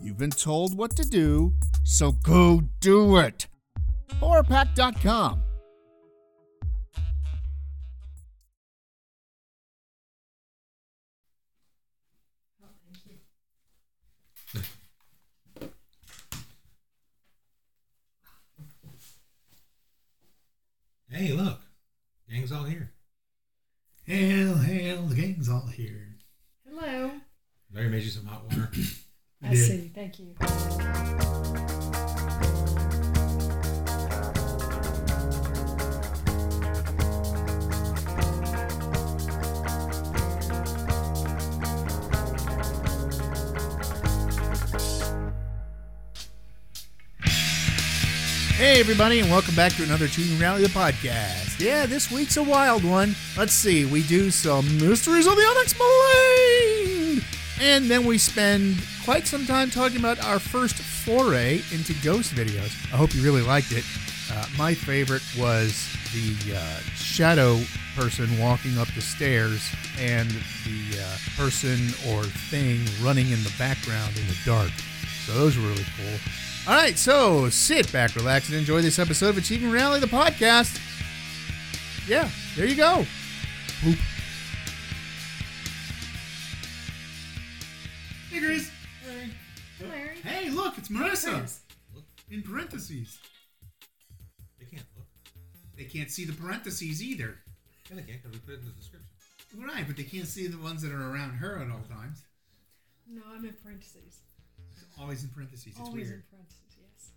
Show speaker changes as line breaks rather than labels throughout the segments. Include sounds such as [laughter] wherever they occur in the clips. you've been told what to do, so go do it! horrorpack.com.
Hey, look, gang's all here. Hail, hail, the gang's all here.
Hello.
Larry made you some hot [clears throat] water.
I see. Thank you.
Hey, everybody, and welcome back to another Tuning Rally the podcast. Yeah, this week's a wild one. Let's see, we do some mysteries of the unexplained, and then we spend quite some time talking about our first foray into ghost videos. I hope you really liked it. Uh, my favorite was the uh, shadow person walking up the stairs and the uh, person or thing running in the background in the dark. So those were really cool. All right, so sit back, relax, and enjoy this episode of Achieving Reality, the podcast. Yeah, there you go. Boop.
hey, Chris.
Larry.
Hey, look, it's Marissa.
Chris.
Look,
In parentheses.
they can't look.
They can't see the parentheses e- either.
Yeah, they can't because we put it in the description.
Right, but they can't see the ones that are around her at all times.
No, I'm in parentheses.
It's always in parentheses. It's
Always
weird.
in parentheses, yes.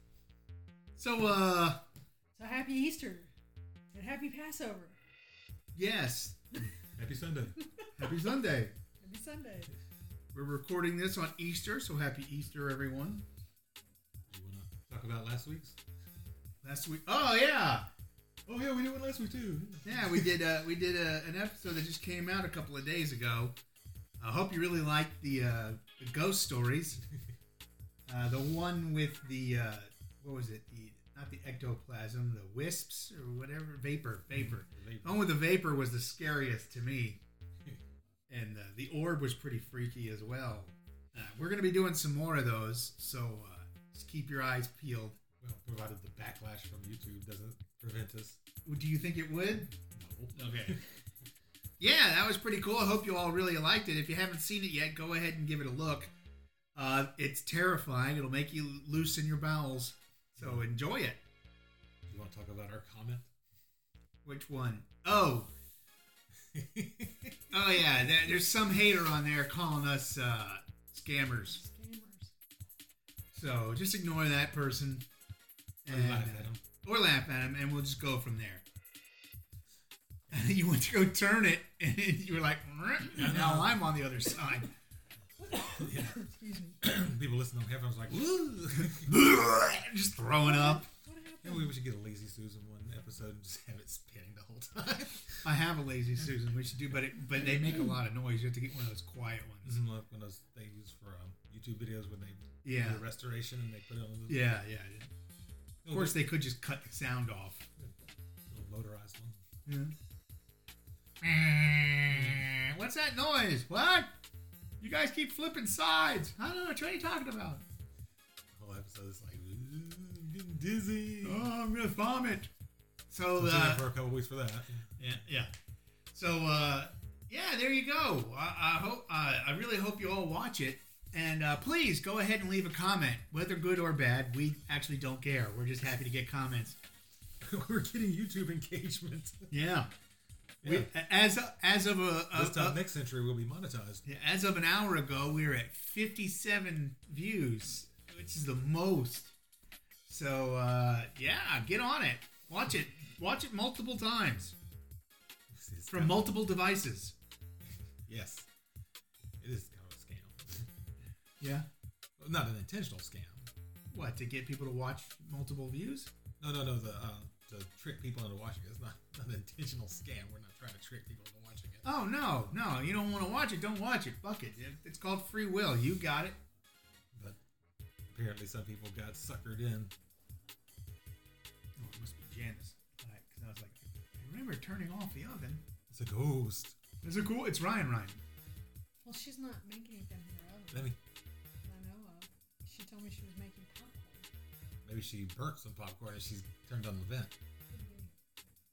So, uh,
So happy Easter and happy Passover.
yes,
Happy Sunday.
happy Sunday.
Happy Sunday.
We're recording this on Easter, so happy Easter, everyone.
you want to talk about last week's?
Last week, oh yeah,
Oh, yeah, we did one last week, too.
yeah, we did. Uh, we did uh an episode that just came out a couple of days ago. I hope you really liked the uh, the ghost stories. Uh, the one with the uh, what was it? The not the ectoplasm, the wisps or whatever vapor, vapor. The one with the vapor was the scariest to me, and uh, the orb was pretty freaky as well. Uh, we're gonna be doing some more of those, so uh, just keep your eyes peeled.
Well, provided the backlash from YouTube doesn't prevent us.
Do you think it would?
No. [laughs]
Okay. yeah, that was pretty cool. I hope you all really liked it. If you haven't seen it yet, go ahead and give it a look. Uh, it's terrifying. It'll make you loosen your bowels. So enjoy it.
You want to talk about our comment?
Which one?
[laughs]
Oh, oh yeah. There, there's some hater on there calling us uh, scammers.
Scammers.
So just ignore that person.
Or
and,
laugh
uh,
at 'em.
or laugh at him, and we'll just go from there. [laughs] you went to go turn it, [laughs] and you were like, and now I'm on the other side.
Excuse me.
[clears throat] People listening on headphones like, woo! [laughs]
just throwing up.
What happened?
Maybe we should get a Lazy Susan one episode and just have it spinning the whole time. [laughs]
I have a lazy Susan, which do, but it, but they make a lot of noise. You have to get one of those quiet
This
ones.
is one of those they use for um, YouTube videos when they
Yeah,
do the restoration and they put it on the
yeah, yeah. yeah. Of course, they could just cut the sound off.
little motorized one.
Yeah. Mm. What's that noise? What? You guys keep flipping sides. I don't know what are you talking about.
The whole episode is like "Ooh, I'm getting dizzy.
Oh, I'm gonna vomit.
So
So,
it's in there
uh,
for a couple weeks for that.
yeah, yeah. So, uh, yeah, there you go. I, I hope. Uh, I really hope you all watch it. And uh, please go ahead and leave a comment, whether good or bad. We actually don't care. We're just happy to get comments.
[laughs] We're getting YouTube engagement.
Yeah.
Yeah.
We, uh, as as of a, a,
this time
a-
next century we'll be monetized.
yeah, as of an hour ago, we were at 57 views, which is the most. So uh, yeah, get on it. Watch it. Watch it multiple times
This is
from
kind of-
multiple devices.
yes, it is kind of a scam.
Yeah.
Well, Not an intentional scam.
What to get people to watch multiple views?
No, no, no. The uh, to trick people into watching it. It's not, [laughs] not an intentional scam. We're not trying to trick people into watching it.
Oh no, no! You don't want to watch it? Don't watch it. Fuck it. It- It's called free will. You got it.
But apparently, some people got suckered in.
Oh, it must be Janice. Because I was like, I remember turning off the oven.
It's a ghost.
Is it cool? It's Ryan. Ryan.
Well, she's not making anything of her own
Maybe
that I know of. She told me she was making popcorn.
maybe she burnt some popcorn and she's turned on the vent.
Could be.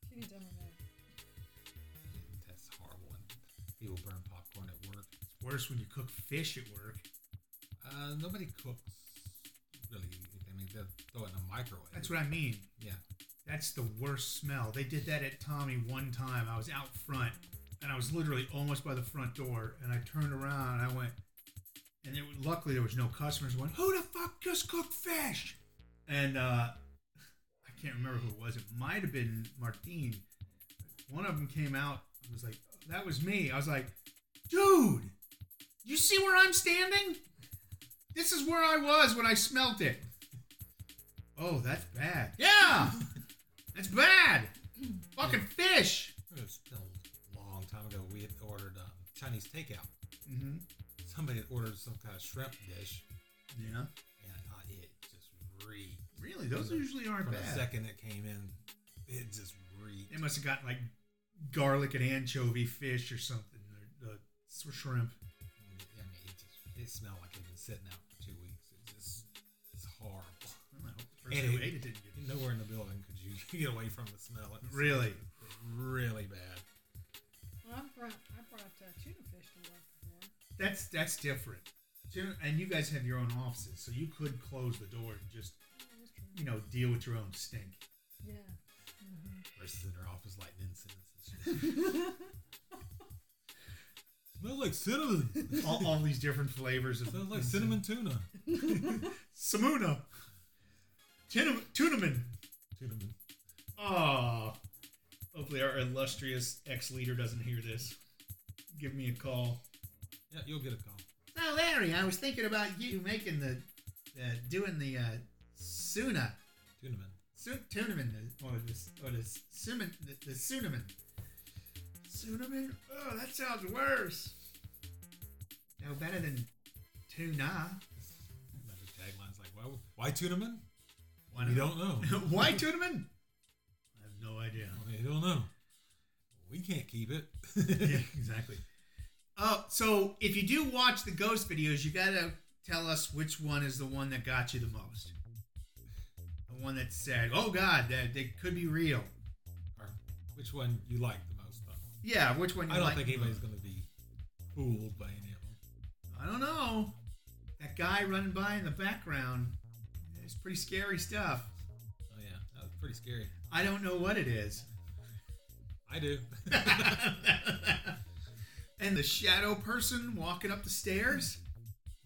She didn't tell me that.
That's horrible. And people burn popcorn at work.
It's worse when you cook fish at work.
Uh, nobody cooks really. I mean, they throw it in a microwave.
That's what I mean.
Yeah.
That's the worst smell. They did that at Tommy one time. I was out front and I was literally almost by the front door and I turned around and I went, and it, luckily there was no customers going, who the fuck just cooked fish? And uh, [laughs] I can't remember who it was. It might have been Martine. One of them came out and was like, that was me. I was like, dude, you see where I'm standing? This is where I was when I smelt it. Oh, that's bad. [laughs] Yeah, that's bad. Fucking fish.
It was still a long time ago. We had ordered um, Chinese takeout.
Mm-hmm.
Somebody had ordered some kind of shrimp dish,
Yeah.
and uh, it just reeked.
Really, those
From the-
usually aren't
From the
bad.
second it came in, it just reeked.
They must have gotten like garlic and anchovy fish or something, or uh, s- shrimp.
I mean, it just it smelled like it had been sitting out for two weeks. It just it's horrible. [laughs]
Well, I hope the
And
person who
it-
ate it didn't get it.
Nowhere in the building could you [laughs] get away from the smell. It's
Really?
really bad.
Well, I brought, I brought uh, tuna fish to work before.
That's that's different. Gen- And you guys have your own offices, so you could close the door and just
That was Oh, true.
you know deal with your own stink.
Yeah.
Versus in her office lighting incidents. and shit.
[laughs]
Smells
[laughs]
like cinnamon.
all, all these different
[laughs]
flavors of
Smells like cinnamon tuna.
Samuna, Tinam- Tunaman.
Tunaman.
Oh, hopefully our illustrious ex-leader doesn't hear this. Give me a call.
Yeah, you'll get a call.
Oh, Larry, I was thinking about you making the, uh, doing the uh, Suna,
Tunaman.
Su- Tunaman, or the or the Suman, the, the Sunaman. Sunaman? Oh, that sounds worse. No, better than tuna.
Another tagline's like, why, why Tunaman?
Why
We
[laughs]
don't know.
Why Tunaman? I have no idea.
We don't know. We can't keep it.
yeah, [laughs] exactly. Oh, so if you do watch the ghost videos, you gotta tell us which one is the one that got you the most. The one that said, "Oh God, that they could be real."
or which one you like the most? Though.
Yeah, which one? You
I don't
like
think
the
anybody's
most?
going to be fooled by any of them.
I don't know. That guy running by in the background is pretty scary stuff.
Oh yeah, that was pretty scary.
I don't know what it is. [laughs]
I do.
and the shadow person walking up the stairs.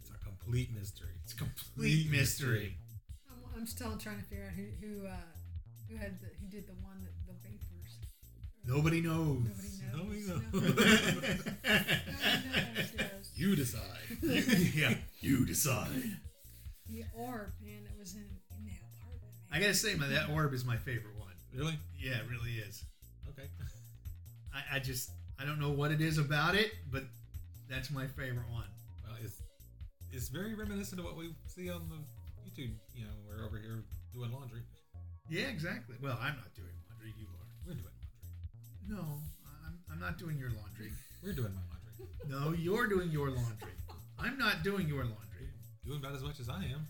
it's a complete mystery.
It's a complete mystery.
I'm, I'm still trying to figure out who who uh, who had the, who did the one that the vapors.
Nobody knows.
Nobody knows.
Nobody
Nobody
knows.
knows, yes.
you decide.
[laughs] yeah, you decide.
The orb, man, that was in, in that apartment. Man.
I gotta say, my that orb is my favorite one.
Really?
Yeah, it really is.
Okay.
I, I just I don't know what it is about it, but that's my favorite one.
Well, it's it's very reminiscent of what we see on the YouTube. You know, we're over here doing laundry.
Yeah, exactly. Well, I'm not doing laundry. You are.
We're doing laundry.
No, I'm, I'm not doing your laundry.
We're doing my laundry.
No, you're doing your laundry. I'm not doing your laundry.
Doing about as much as I am.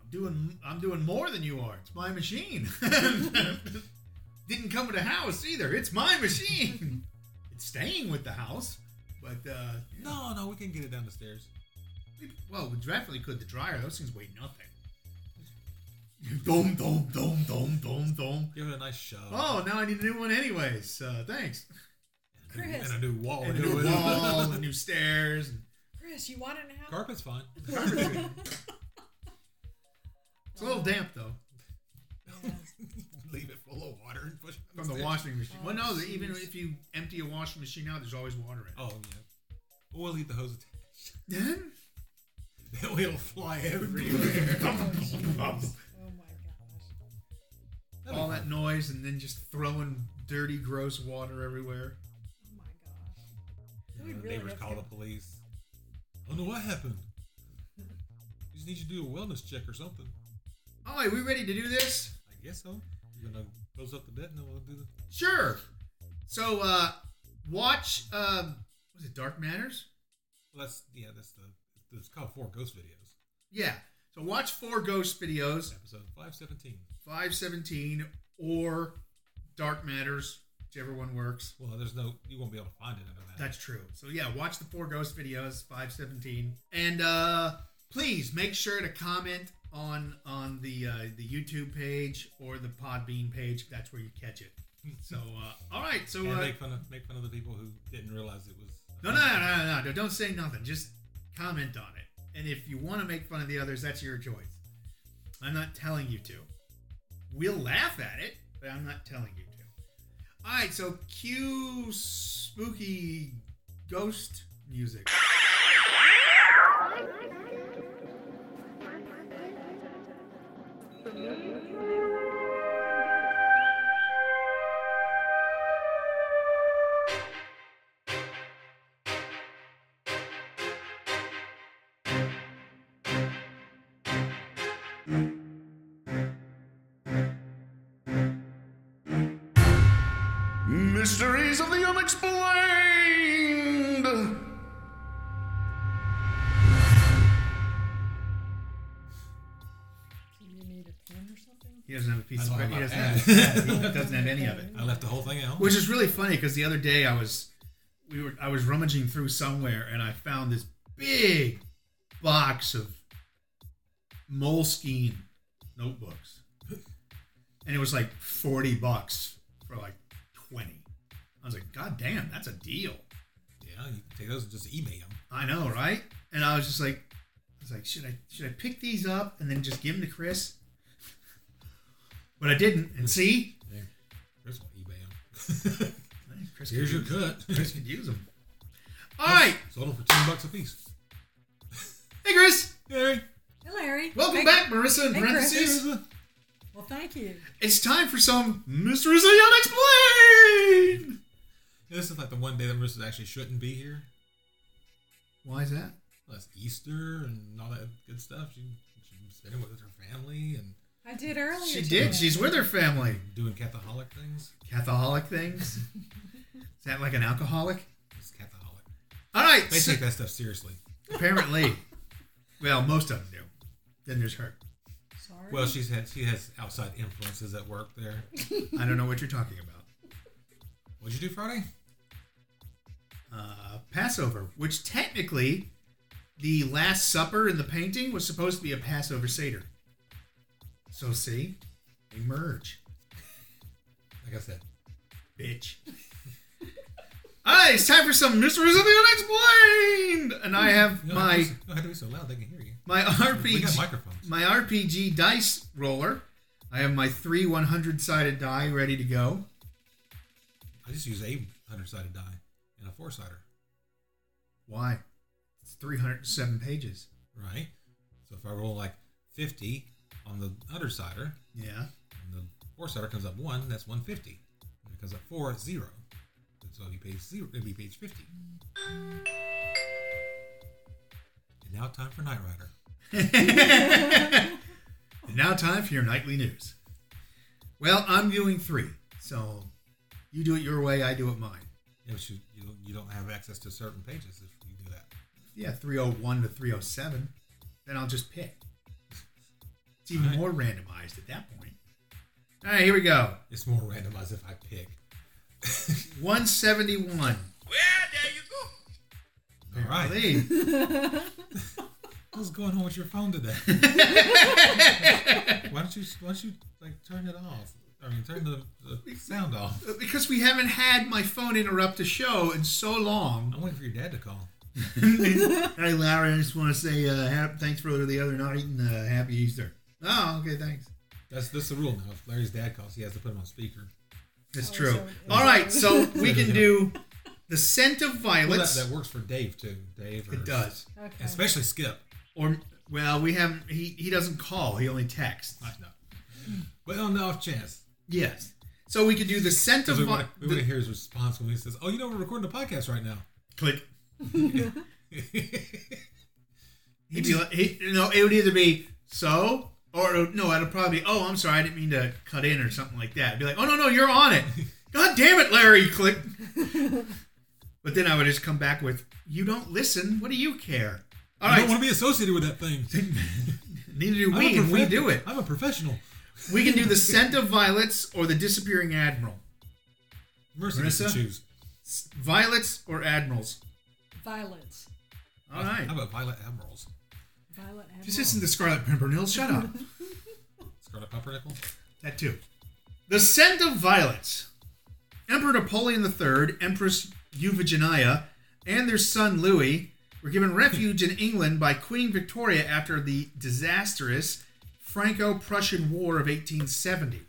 I'm doing I'm doing more than you are. It's my machine. [laughs] Didn't come with a house either. It's my machine. It's staying with the house, but uh,
No, no, we can get it down the stairs.
We- Well, we definitely could the dryer. Those things weigh nothing. dom dom dom dom dom dom.
Give it a nice shove.
Oh, now I need a new one, anyways. Uh, thanks.
Chris.
And a Oh, new wall.
And a new
Doing- [laughs]
wall, and new stairs. And
Chris, you wanted to have
Carpet's fine.
it's a little damp though
[laughs] Leave it full of water and push it
from the
downstairs. [laughs]
washing machine. Well, no,
Oh,
even
jeez.
if you empty a washing machine out, there's always water in it.
Oh yeah. We'll leave [laughs] the hose attached.
Then
That way it'll fly
[laughs]
everywhere.
Oh my gosh.
All that noise and then just throwing dirty, gross water everywhere.
Oh my gosh.
Yeah,
We
the Uh,
really
neighbors
have
call
to-
the police. I don't know what happened. We just need you to do a wellness check or something.
Ollie, we ready to do this?
I guess so. You're gonna close up the debt and then we'll do the.
Sure. So, uh, watch, uh, was it Dark Matters?
Well, that's yeah, that's the. It's called Four Ghost Videos,
Yeah. So watch four ghost videos,
episode five seventeen.
517 or Dark Matters, whichever one works.
Well, there's no. You won't be able to find it under that.
That's true. So yeah, watch the four ghost videos, 517. And uh please make sure to comment on on the uh the YouTube page or the Podbean page. That's where you catch it. So uh all right, so
and
uh,
make fun of make fun of the people who didn't realize it was.
no, no, no, no, no, no. Don't say nothing. Just comment on it. And if you want to make fun of the others, that's your choice. I'm not telling you to. We'll laugh at it, but I'm not telling you to. All right, so cue spooky ghost music.
Mysteries of the Unexplained!
Do you need a pen or something?
He doesn't have a piece of
I
paper.
don't
He doesn't
have
have,
my
yeah, he [laughs] doesn't have any of it.
I left the whole thing out.
Which is really funny because the other day I was we were I was rummaging through somewhere and I found this big box of Moleskine notebooks, and it was like forty bucks for like twenty. I was like, God damn, that's a deal.
yeah, you can take those and just email them.
I know, right? And I was just like, I was like, should I should I pick these up and then just give them to Chris? But I didn't, and see,
Yeah. Chris will email 'em.
Chris
Here's your
could use-
cut.
Chris could use them. All right,
Sold them for ten bucks a piece.
hey Chris.
Yay!
Hey, Larry.
Welcome
Thank-
back, Marissa. In
Hey, Chris.
parentheses,
Well, thank you.
it's time for some mysteries of the unexplained.
Yeah, this is like the one day that Marissa actually shouldn't be here.
Why is that?
Well, that's Easter and all that good stuff. She, she was spending with her family and
I did earlier.
She
today.
did. She's with her family.
doing Catholic things.
Catholic things. is that like an alcoholic?
It's Catholic.
All right.
They
so-
take that stuff seriously.
apparently, well, most of them do. Then there's her.
Sorry.
Well, she's had she has outside influences at work there.
I don't know what you're talking about.
What'd you do Friday?
Uh, Passover, which technically, the Last Supper in the painting was supposed to be a Passover seder. So see, they merge.
Like I said, [laughs]
bitch. All right, it's time for some mysteries of the unexplained, and I have
you don't,
my
have to be so, you don't have to be so loud. They can hear you.
my
We got
RPG
microphones.
my RPG dice roller. I have my three 100 sided die ready to go.
I just use a hundred sided die and a four sider,
Why? It's 307 pages.
right? So if I roll like fifty on the hundred sider,
Yeah.
and the four sider comes up one, that's one fifty. If it comes up four, it's zero. And so it'll be page zero. It'll be page fifty. And now time for Knight Rider.
And [laughs] now time for your nightly news. Well, I'm doing three, so you do it your way, I do it mine.
Yeah, but you, you, don't, you don't have access to certain pages if you do that.
Yeah, 301 to 307. Then I'll just pick. It's even
All right.
more randomized at that point. All right, here we go.
It's more [laughs] randomized if I pick.
171.
All right.
Lee. [laughs]
What's going on with your phone today? why don't you why don't you like turn it off? I mean, turn the, the sound off.
because we haven't had my phone interrupt the show in so long.
I'm waiting for your dad to call.
hey, Larry, I just want to say uh, hap- thanks for the other night and uh, happy Easter. Oh, okay, thanks.
That's that's the rule now. If Larry's dad calls, he has to put him on speaker.
That's
Oh,
true.
so-
All right,
[laughs]
so we can do the scent of
Well, that,
violets.
that works for Dave too. Dave. Or,
It does.
Okay.
Especially Skip.
Or well, we haven't. He he doesn't call. He only texts.
I know. But on the off chance,
Yes. So we could do the scent of
because we
vi-
want to
the-
hear his response when he says, "Oh, you know, we're recording a podcast right now." [laughs]
click.
He'd
He'd be like, he, no, it would either be so or it would- no, it'll probably be, oh, I'm sorry, I didn't mean to cut in or something like that. I'd be like, oh no, no, you're on
[laughs]
it. God damn it, Larry, click. but then I would just come back with, you don't listen. What do you care? All
I don't
right,
want to be associated with that thing.
[laughs] neither do
I'm a
we. and we
profe-
do it.
I'm a professional.
We can do the scent of violets or the disappearing admiral.
Mercy gets to
Marissa?
choose.
S- Violets or admirals.
Violets.
All right.
How about Violet Admirals?
Violet
[laughs]
Admiral.
Just listen to Scarlet Pimpernel. Shut [laughs] up.
Scarlet Pumpernickel?
That too. The scent of violets. Emperor Napoleon III, Empress Eugenia, and their son Louis were given refuge in England by Queen Victoria after the disastrous Franco-Prussian War of 1870.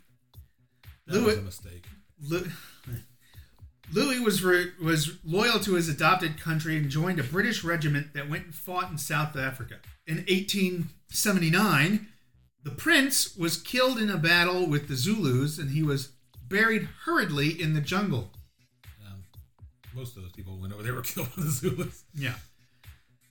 That was
Louis-
a mistake.
Lu- Louis was re- was loyal to his adopted country and joined a British regiment that went and fought in South Africa. In 1879, the prince was killed in a battle with the Zulus and he was buried hurriedly in the jungle.
Um, most of those people went over. They were [laughs] killed by the Zulus.
Yeah.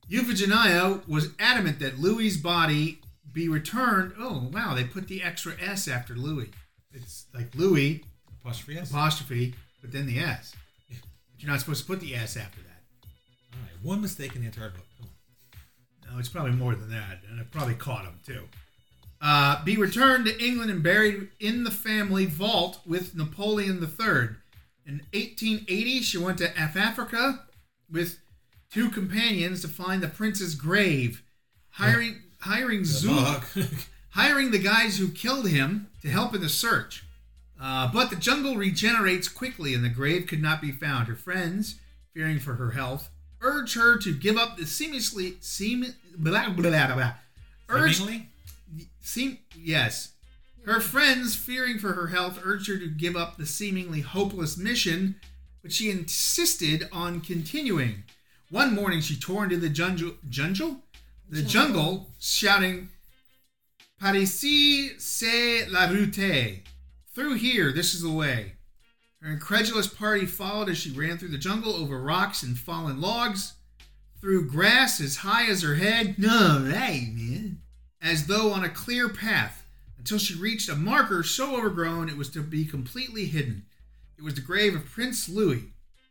Euphigenia was adamant that Louis's body be returned. Oh, wow, they put the extra S after Louis. It's like Louis
Apostrophe S. All
apostrophe, but then the S. But you're not supposed to put the S after that.
right, one mistake in the entire book. Come on.
No, Oh, it's probably more than that, and I probably caught him too. Uh, be returned to England and buried in the family vault with Napoleon III. In 1880, she went to Af- Africa with two companions to find the prince's grave, hiring hiring
Good
Zulu
[laughs] luck.
hiring the guys who killed him to help in the search. Uh, but the jungle regenerates quickly and the grave could not be found. Her friends, fearing for her health, urge her to give up the seamlessly seem blah blah blah blah. Urge
Seemingly?
seem yes. Her friends, fearing for her health, urged her to give up the seemingly hopeless mission, but she insisted on continuing. One morning, she tore into the jungle, jungle? the jungle, shouting, "Par ici, c'est la route." Through here, this is the way. Her incredulous party followed as she ran through the jungle over rocks and fallen logs, through grass as high as her head. No, hey, man as though on a clear path until she reached a marker so overgrown it was to be completely hidden. It was the grave of Prince Louis.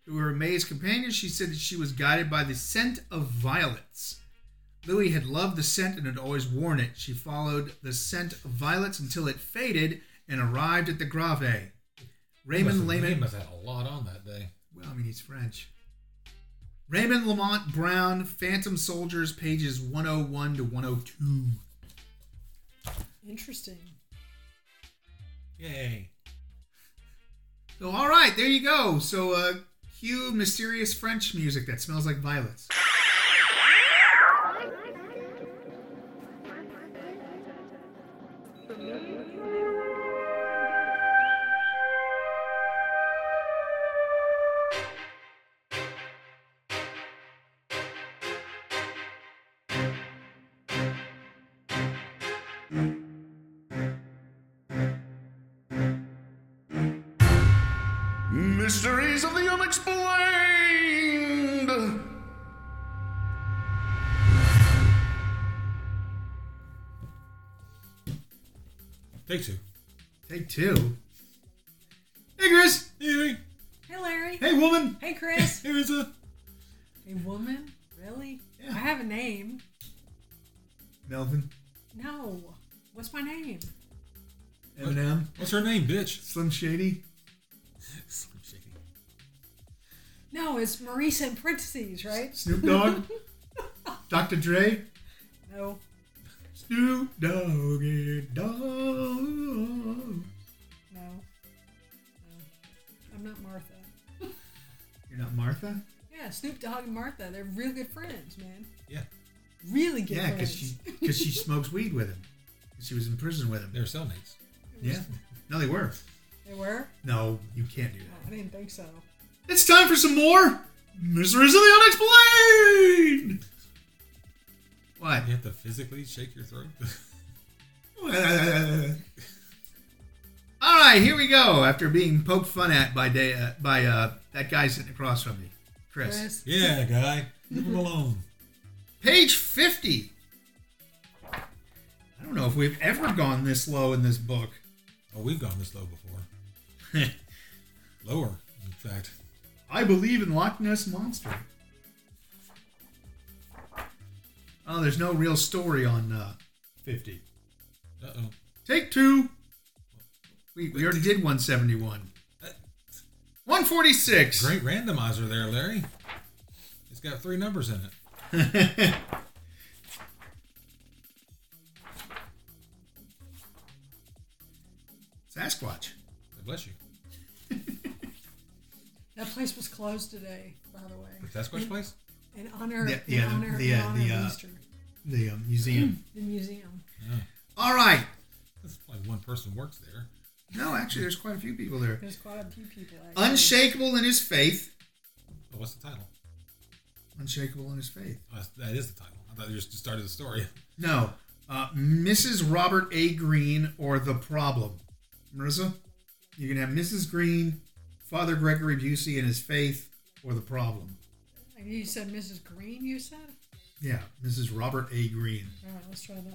To her amazed companions, she said that she was guided by the scent of violets. Louis had loved the scent and had always worn it. She followed the scent of violets until it faded and arrived at the Grave. Raymond
Must have- He
Lehman.
must have had a lot on that day.
Well, I mean, he's French. Raymond Lamont Brown, Phantom Soldiers, pages 101 to 102.
Interesting.
Yay.
So, all right, there you go. So, uh, cue mysterious French music that smells like violets.
Mysteries of the Unexplained!
Take two.
Take two. Hey, Chris.
Hey,
Hey, Larry.
Hey, woman.
Hey, Chris.
here's a.
hey, woman. Really?
Yeah.
I have a name.
Melvin.
No. What's my name?
Eminem.
What's her name, bitch?
Slim Shady.
Slim Shady.
No, it's Maurice in parentheses, right?
Snoop Dogg. Dr. Dre.
No.
Snoop Doggy Dogg.
No. No. I'm not Martha.
You're not Martha?
Yeah, Snoop Dogg and Martha, they're real good friends, man.
Yeah,
Really good
Yeah, because
friends.
she,
[laughs]
'cause she smokes weed with him. She was in prison with him.
they're cellmates.
Yeah. No, they were.
They were?
No, you can't do that.
No, I didn't think so.
It's time for some more Mysteries of the Unexplained! What? [laughs]
You have to physically shake your throat. [laughs]
All right, here we go. After being poked fun at by day, uh, by uh, that guy sitting across from me, Chris.
Chris.
yeah, guy. Leave him alone.
Page fifty. I don't know if we've ever gone this low in this book.
Oh, we've gone this low before. [laughs] Lower, in fact.
I believe in Loch Ness monster. Oh, there's no real story on uh, fifty.
Uh oh.
Take two. We, we already did one seventy one. One forty six.
Great randomizer there, Larry. It's got three numbers in it.
[laughs] Sasquatch.
God bless you.
That place was closed today, by the way.
The Sasquatch place?
In honor,
Yeah, yeah,
in
the-
honor,
the,
in
uh,
honor
the,
of
uh,
Easter,
The uh, museum.
the museum.
Hmm. All right.
That's probably one person works there.
No, actually, there's quite a few people there.
There's quite a few people. Actually.
Unshakable in his faith.
Oh, what's the title?
Unshakable in his faith.
Oh, that's- that is the title. I thought you just started the story.
No. Uh, Mrs. Robert A. Green or The Problem. Marissa, you can have Mrs. Green, Father Gregory Busey and his faith, or The Problem.
Like You said Mrs. Green. You said.
Yeah, Mrs. Robert A. Green.
All right, let's try that one.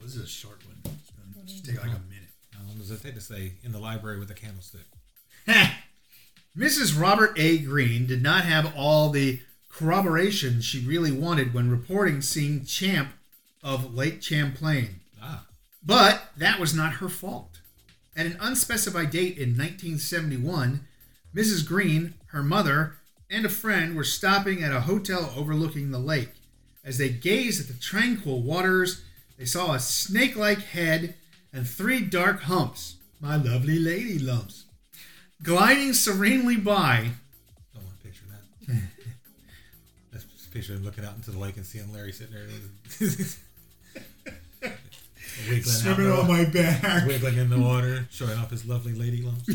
Oh, this is a short one. It's going to take like a minute.
How long does it take to say in the library with a candlestick?
[laughs] Heh. Mrs. Robert A. Green did not have all the corroboration she really wanted when reporting seeing Champ of Lake Champlain,
Ah,
but that was not her fault. At an unspecified date in 1971, Mrs. Green, her mother, and a friend were stopping at a hotel overlooking the lake. As they gazed at the tranquil waters, they saw a snake like head and three dark humps. My lovely lady lumps gliding serenely by.
don't want to picture that. That's just picture him looking out into the lake and seeing Larry sitting there. wiggling out in the,
my back.
wiggling in the water, showing off his lovely lady lumps.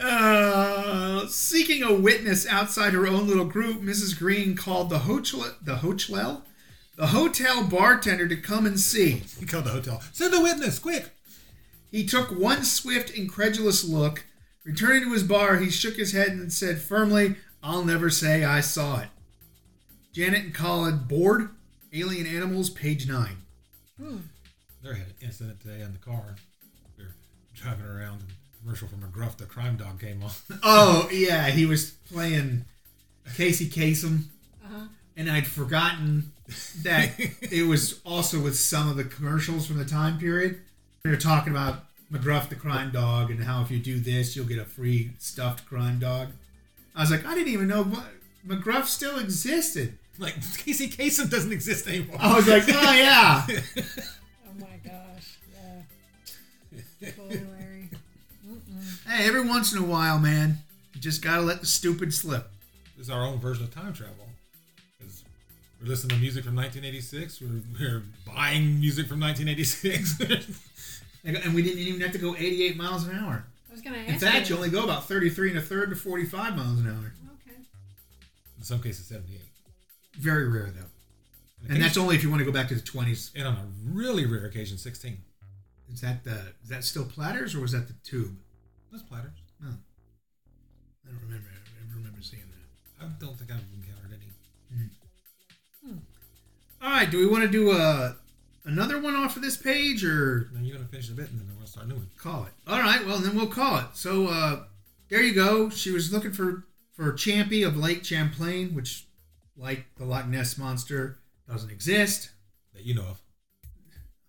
Uh, seeking a witness outside her own little group, Mrs. Green called the hotel, the hotel, the hotel bartender to come and see.
He called the hotel. Send a witness, quick!
He took one swift, incredulous look. Returning to his bar, he shook his head and said firmly, I'll never say I saw it. Janet and Colin, bored, Alien Animals, page 9.
Hmm.
Larry had an incident today in the car. We were driving around and commercial from McGruff, the crime dog came on. [laughs]
Oh yeah, he was playing Casey Kasem, and I'd forgotten that it was also with some of the commercials from the time period. They were talking about McGruff the crime dog and how if you do this, you'll get a free stuffed crime dog. I was like, I didn't even know Mu- McGruff still existed.
like, Casey Kasem doesn't exist anymore.
I was like, oh yeah.
Oh my gosh.
[laughs]
Yeah. Totally Larry.
hey, every once in a while, man, you just gotta let the stupid slip.
It's our own version of time travel. 'Cause we're listening to music from 1986. We're, we're buying music from [laughs] 1986.
And we didn't even have to go 88 miles an hour.
I was gonna ask.
In fact, you
you.
only go about 33 and a third to 45 miles an hour.
Okay.
In some cases, 78.
Very rare, though.
occasion-
And that's only if you want to go back to the 20s.
and on a really rare occasion, 16.
Is that the is that still platters or was that the tube?
That's platters.
No, I don't remember. I don't remember seeing that.
I don't think I've encountered any.
All right, do we want to do uh another one off of this page or
Now you're gonna finish a bit, and then we're gonna start a new one.
call it? All right, well then we'll call it. So uh there you go. She was looking for for Champy of Lake Champlain, which, like the Loch Ness monster, doesn't exist.
that you know of.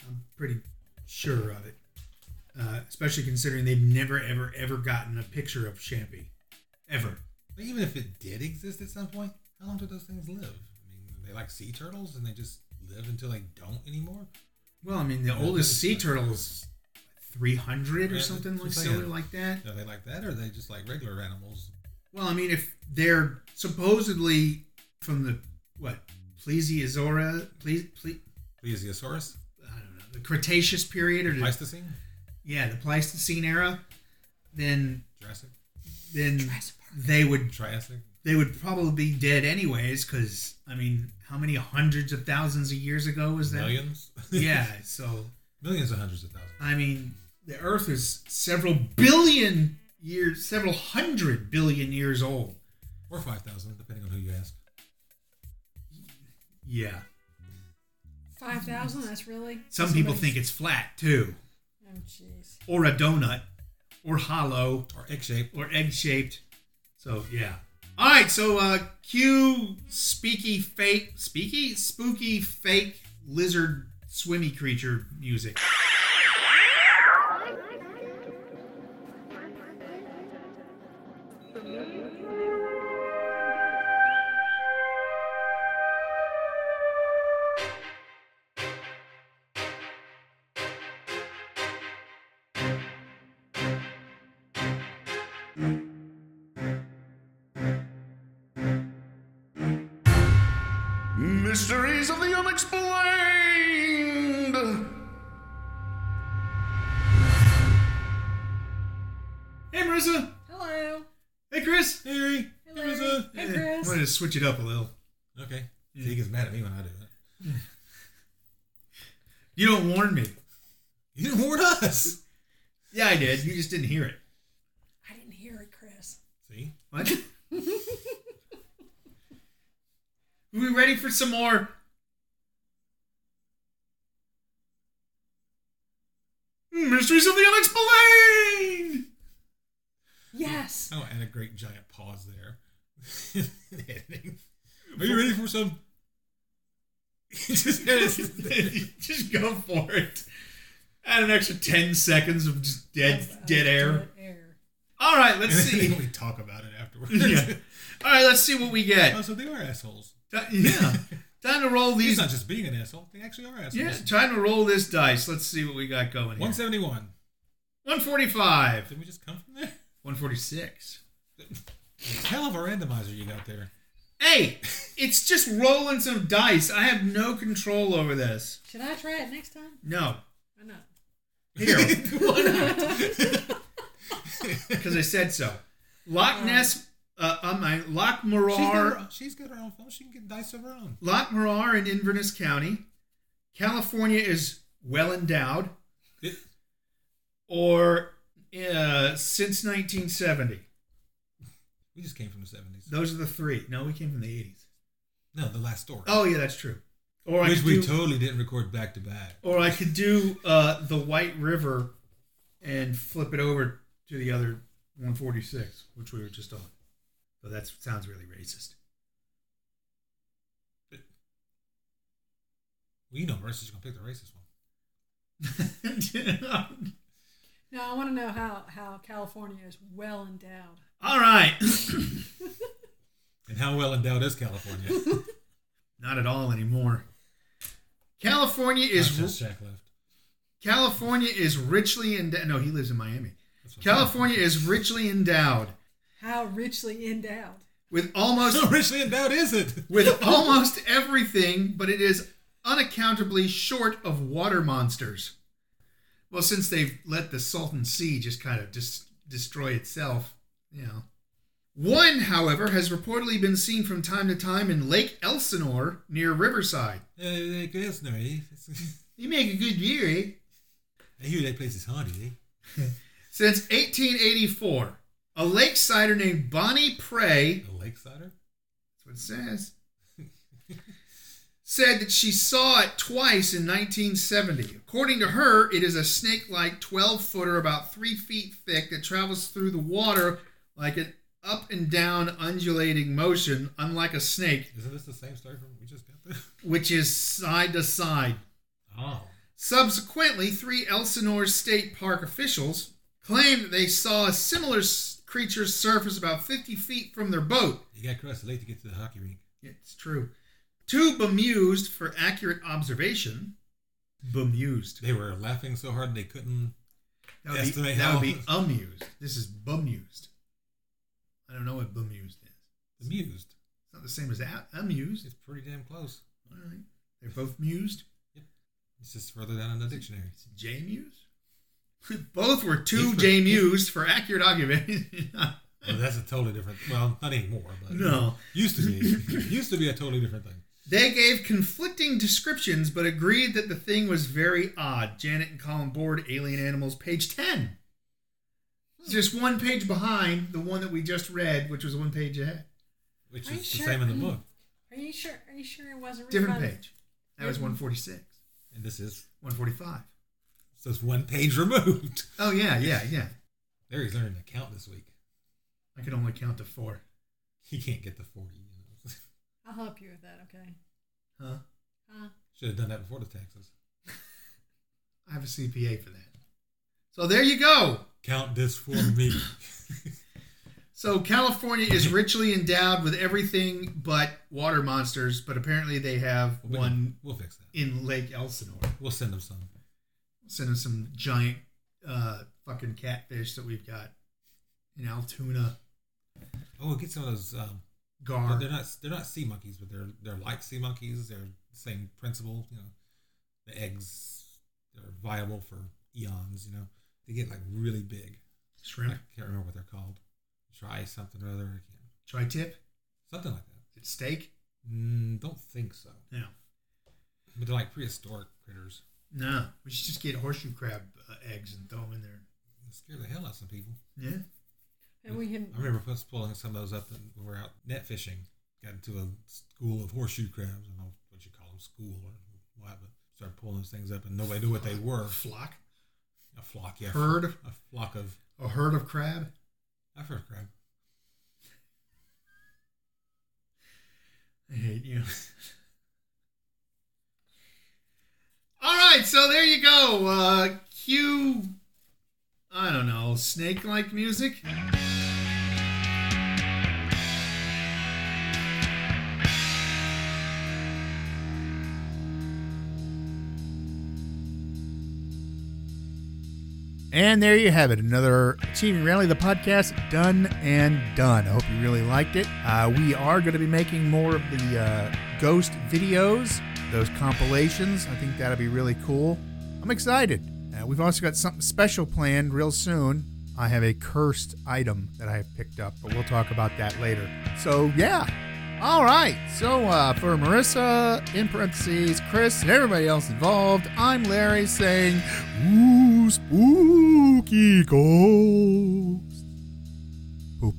I'm pretty sure of it. Uh, especially considering they've never, ever, ever gotten a picture of Champy. Ever.
But even if it did exist at some point, how long do those things live? I mean, they like sea turtles, and they just live until they don't anymore.
Well, I mean, the
Yeah,
oldest
that's
sea
right.
turtle is 300 or
Yeah,
something like,
that's what I'm
silly
saying.
like that.
Are they like that, or are they just like regular animals?
Well, I mean, if they're supposedly from the, what, Plesiosaura, please, ple
Plesiosaurus,
I don't know, the Cretaceous period or, the,
Pleistocene,
yeah, the Pleistocene era, then,
Jurassic.
then
Jurassic Park.
they would
Triassic.
they would probably be dead anyways because i mean how many hundreds of thousands of years ago was that
Millions?
[laughs]
[laughs]
yeah so
Millions and hundreds of thousands.
i mean the earth is several billion years several hundred billion years old
Or 5,000, depending on who you ask.
yeah
Five thousand. That's really.
some
that's
people
amazing.
think it's flat too
Oh jeez.
or a donut or hollow
Or egg shape.
or egg shaped so yeah all right so uh cue speaky fake speaky spooky fake lizard swimmy creature music
Mysteries of the Unexplained.
hey marissa
Hello.
Hey, Chris.
Hey, Ray. Hey,
Larry.
Lisa. Yeah.
Hey,
I'm
Chris.
going to switch it up a little.
Okay.
Hmm.
See, he gets mad at me when I do it. [laughs]
You don't warn me.
You didn't warn us.
Yeah, I did. You just didn't hear it.
I didn't hear it, Chris.
See?
[laughs]
What? we ready for some more? Mysteries of the Unexplained.
Yes.
Oh, and a great giant pause
[laughs]
there. [laughs] Are you ready for some?
[laughs]
Just
just go for it. Add an extra ten seconds of just dead, dead air. All right, let's
[laughs]
see.
we talk about it afterwards.
yeah. All right, let's see what we get.
[laughs] Oh, so they are assholes.
Ti- Yeah. Time to roll
He's
these.
not just being an asshole; they actually are assholes.
Yeah, time to roll this dice. Let's see what we got going here.
One seventy-one.
145.
Did we just come from there?
146.
Hell of a randomizer you got there.
Hey, it's just rolling some dice. I have no control over this.
Should I try it next time?
No.
Why not?
[laughs]
Here. [laughs] Because I said so.
[laughs]
Loch Ness, uh, on my Loch
Oh. She's got, her,
Morar,
own- she's got her own phone. She can get dice of her own.
Loch Morar in Inverness County. California is well endowed,
It-
or uh, since 1970.
we just came from the seventies.
Those are the three. No, we came from the 80s.
No, the last story,
Oh yeah, that's true. Or I
which
could
we
do,
totally didn't record back to back.
or I could do uh, the White River and flip it over to the other 146, which we were just on. So that sounds really racist. [laughs]
Well, you know, Marissa's gonna pick the racist one.
No, I want to know how how California is well endowed.
All right,
And how well endowed is California?
not at all anymore. California [laughs]
Is
is
just Jack left.
California is richly endowed. No, he lives in Miami.
That's what-
California
[laughs]
is richly endowed
How richly endowed.
with almost
So richly endowed is it?
with almost everything, but it is unaccountably short of water monsters. Well, since they've let the Salton Sea just kind of dis- destroy itself, you know. One, however, has reportedly been seen from time to time in Lake Elsinore near Riverside.
Uh, I guess no. eh?
You make a good year, eh?
[laughs] I hear that place is haunted. Eh?
Since 1884, a lakesider named Bonnie Prey
A lakesider?
That's what it says. [laughs] Said that she saw it twice in 1970. According to her, it is a snake like 12 footer, about three feet thick, that travels through the water like an up and down undulating motion, unlike a snake,
Isn't this the same story from we just got there?
which is side to side.
Oh,
Subsequently, three Elsinore State Park officials claimed that they saw a similar s- creature surface about 50 feet from their boat.
you got crossed late to get to the hockey rink.
It's true. Too bemused for accurate observation. Bemused.
They were laughing so hard they couldn't.
That would, be,
Estimate
that
how-
would be amused. This is bemused. I don't know what bemused is.
Amused.
It's not the same as a- amused.
It's pretty damn close.
All right. They're both mused.
It's just further down in the dictionary.
It's J muse. [laughs] Both were too
Different.
J mused for accurate observation. [laughs]
Well, that's a totally different. Well, not anymore, but
No.
used to be. used to be a totally different thing.
They gave conflicting descriptions, but agreed that the thing was very odd. Janet and Colin Board, Alien Animals, page 10. It's just one page behind the one that we just read, which was one page ahead.
Which
Are
is
you
the
sure? Mm.
same in the book.
Are you sure? Are you sure it wasn't written
Different
by the-
page. That was 146,
And this is
145.
so it's one page removed. [laughs]
Oh, yeah, yeah, yeah.
Larry's learning to count this week.
I can only count to four.
He can't get to forty. You know? [laughs]
I'll help you with that. Okay.
Huh?
Huh?
Should have done that before the taxes.
I have a CPA for that. So there you go.
Count this for me.
So California is richly endowed with everything but water monsters, but apparently they have [laughs]
We'll,
one
We'll fix that.
in Lake Elsinore.
We'll send him some.
Send us some giant uh, fucking catfish that we've got in Altoona,
Oh, we'll get some of those. Um,
Gar.
they're not they're not sea monkeys, but they're they're like sea monkeys. They're the same principle. You know, the eggs are viable for eons. You know, they get like really big.
Shrimp.
I can't remember what they're called. Try something or other. I can't.
Tri tip.
Something like that.
It's steak.
Mm, don't think so.
No.
But they're like prehistoric critters.
No. We should just get horseshoe crab uh, eggs and throw them in there.
They scare the hell out of some people.
Yeah.
And we can.
I remember us pulling some of those up and we were out net fishing. Got into a school of horseshoe crabs. I don't know what you call them, school or what, but started pulling those things up and nobody knew what they were.
A flock.
A flock, yeah.
Herd.
A flock of.
A herd of crab.
I've heard crab.
I hate you. [laughs] All right, so there you go. Uh, cue, I don't know, snake like music.
And there you have it, another Achieving Rally, the podcast done and done. I hope you really liked it. Uh, we are going to be making more of the uh, ghost videos, those compilations. I think that'll be really cool. I'm excited. Uh, we've also got something special planned real soon. I have a cursed item that I have picked up, but we'll talk about that later. So, yeah. All right. So, uh, for Marissa, in parentheses, Chris, and everybody else involved, I'm Larry saying, Ooh, spooky ghost. Poop.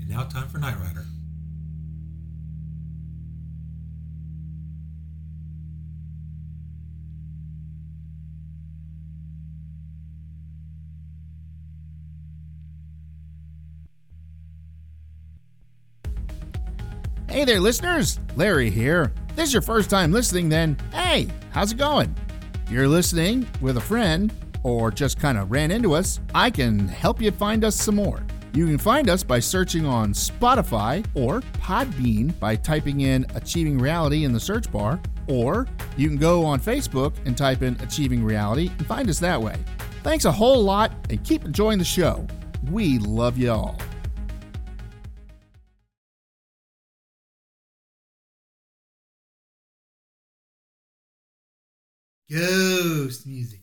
And now time for Night Rider.
Hey there, listeners. Larry here. If this is your first time listening, then hey, how's it going? If you're listening with a friend or just kind of ran into us, I can help you find us some more. You can find us by searching on Spotify or Podbean by typing in Achieving Reality in the search bar, or you can go on Facebook and type in Achieving Reality and find us that way. Thanks a whole lot and keep enjoying the show. We love you all.
Ghost music.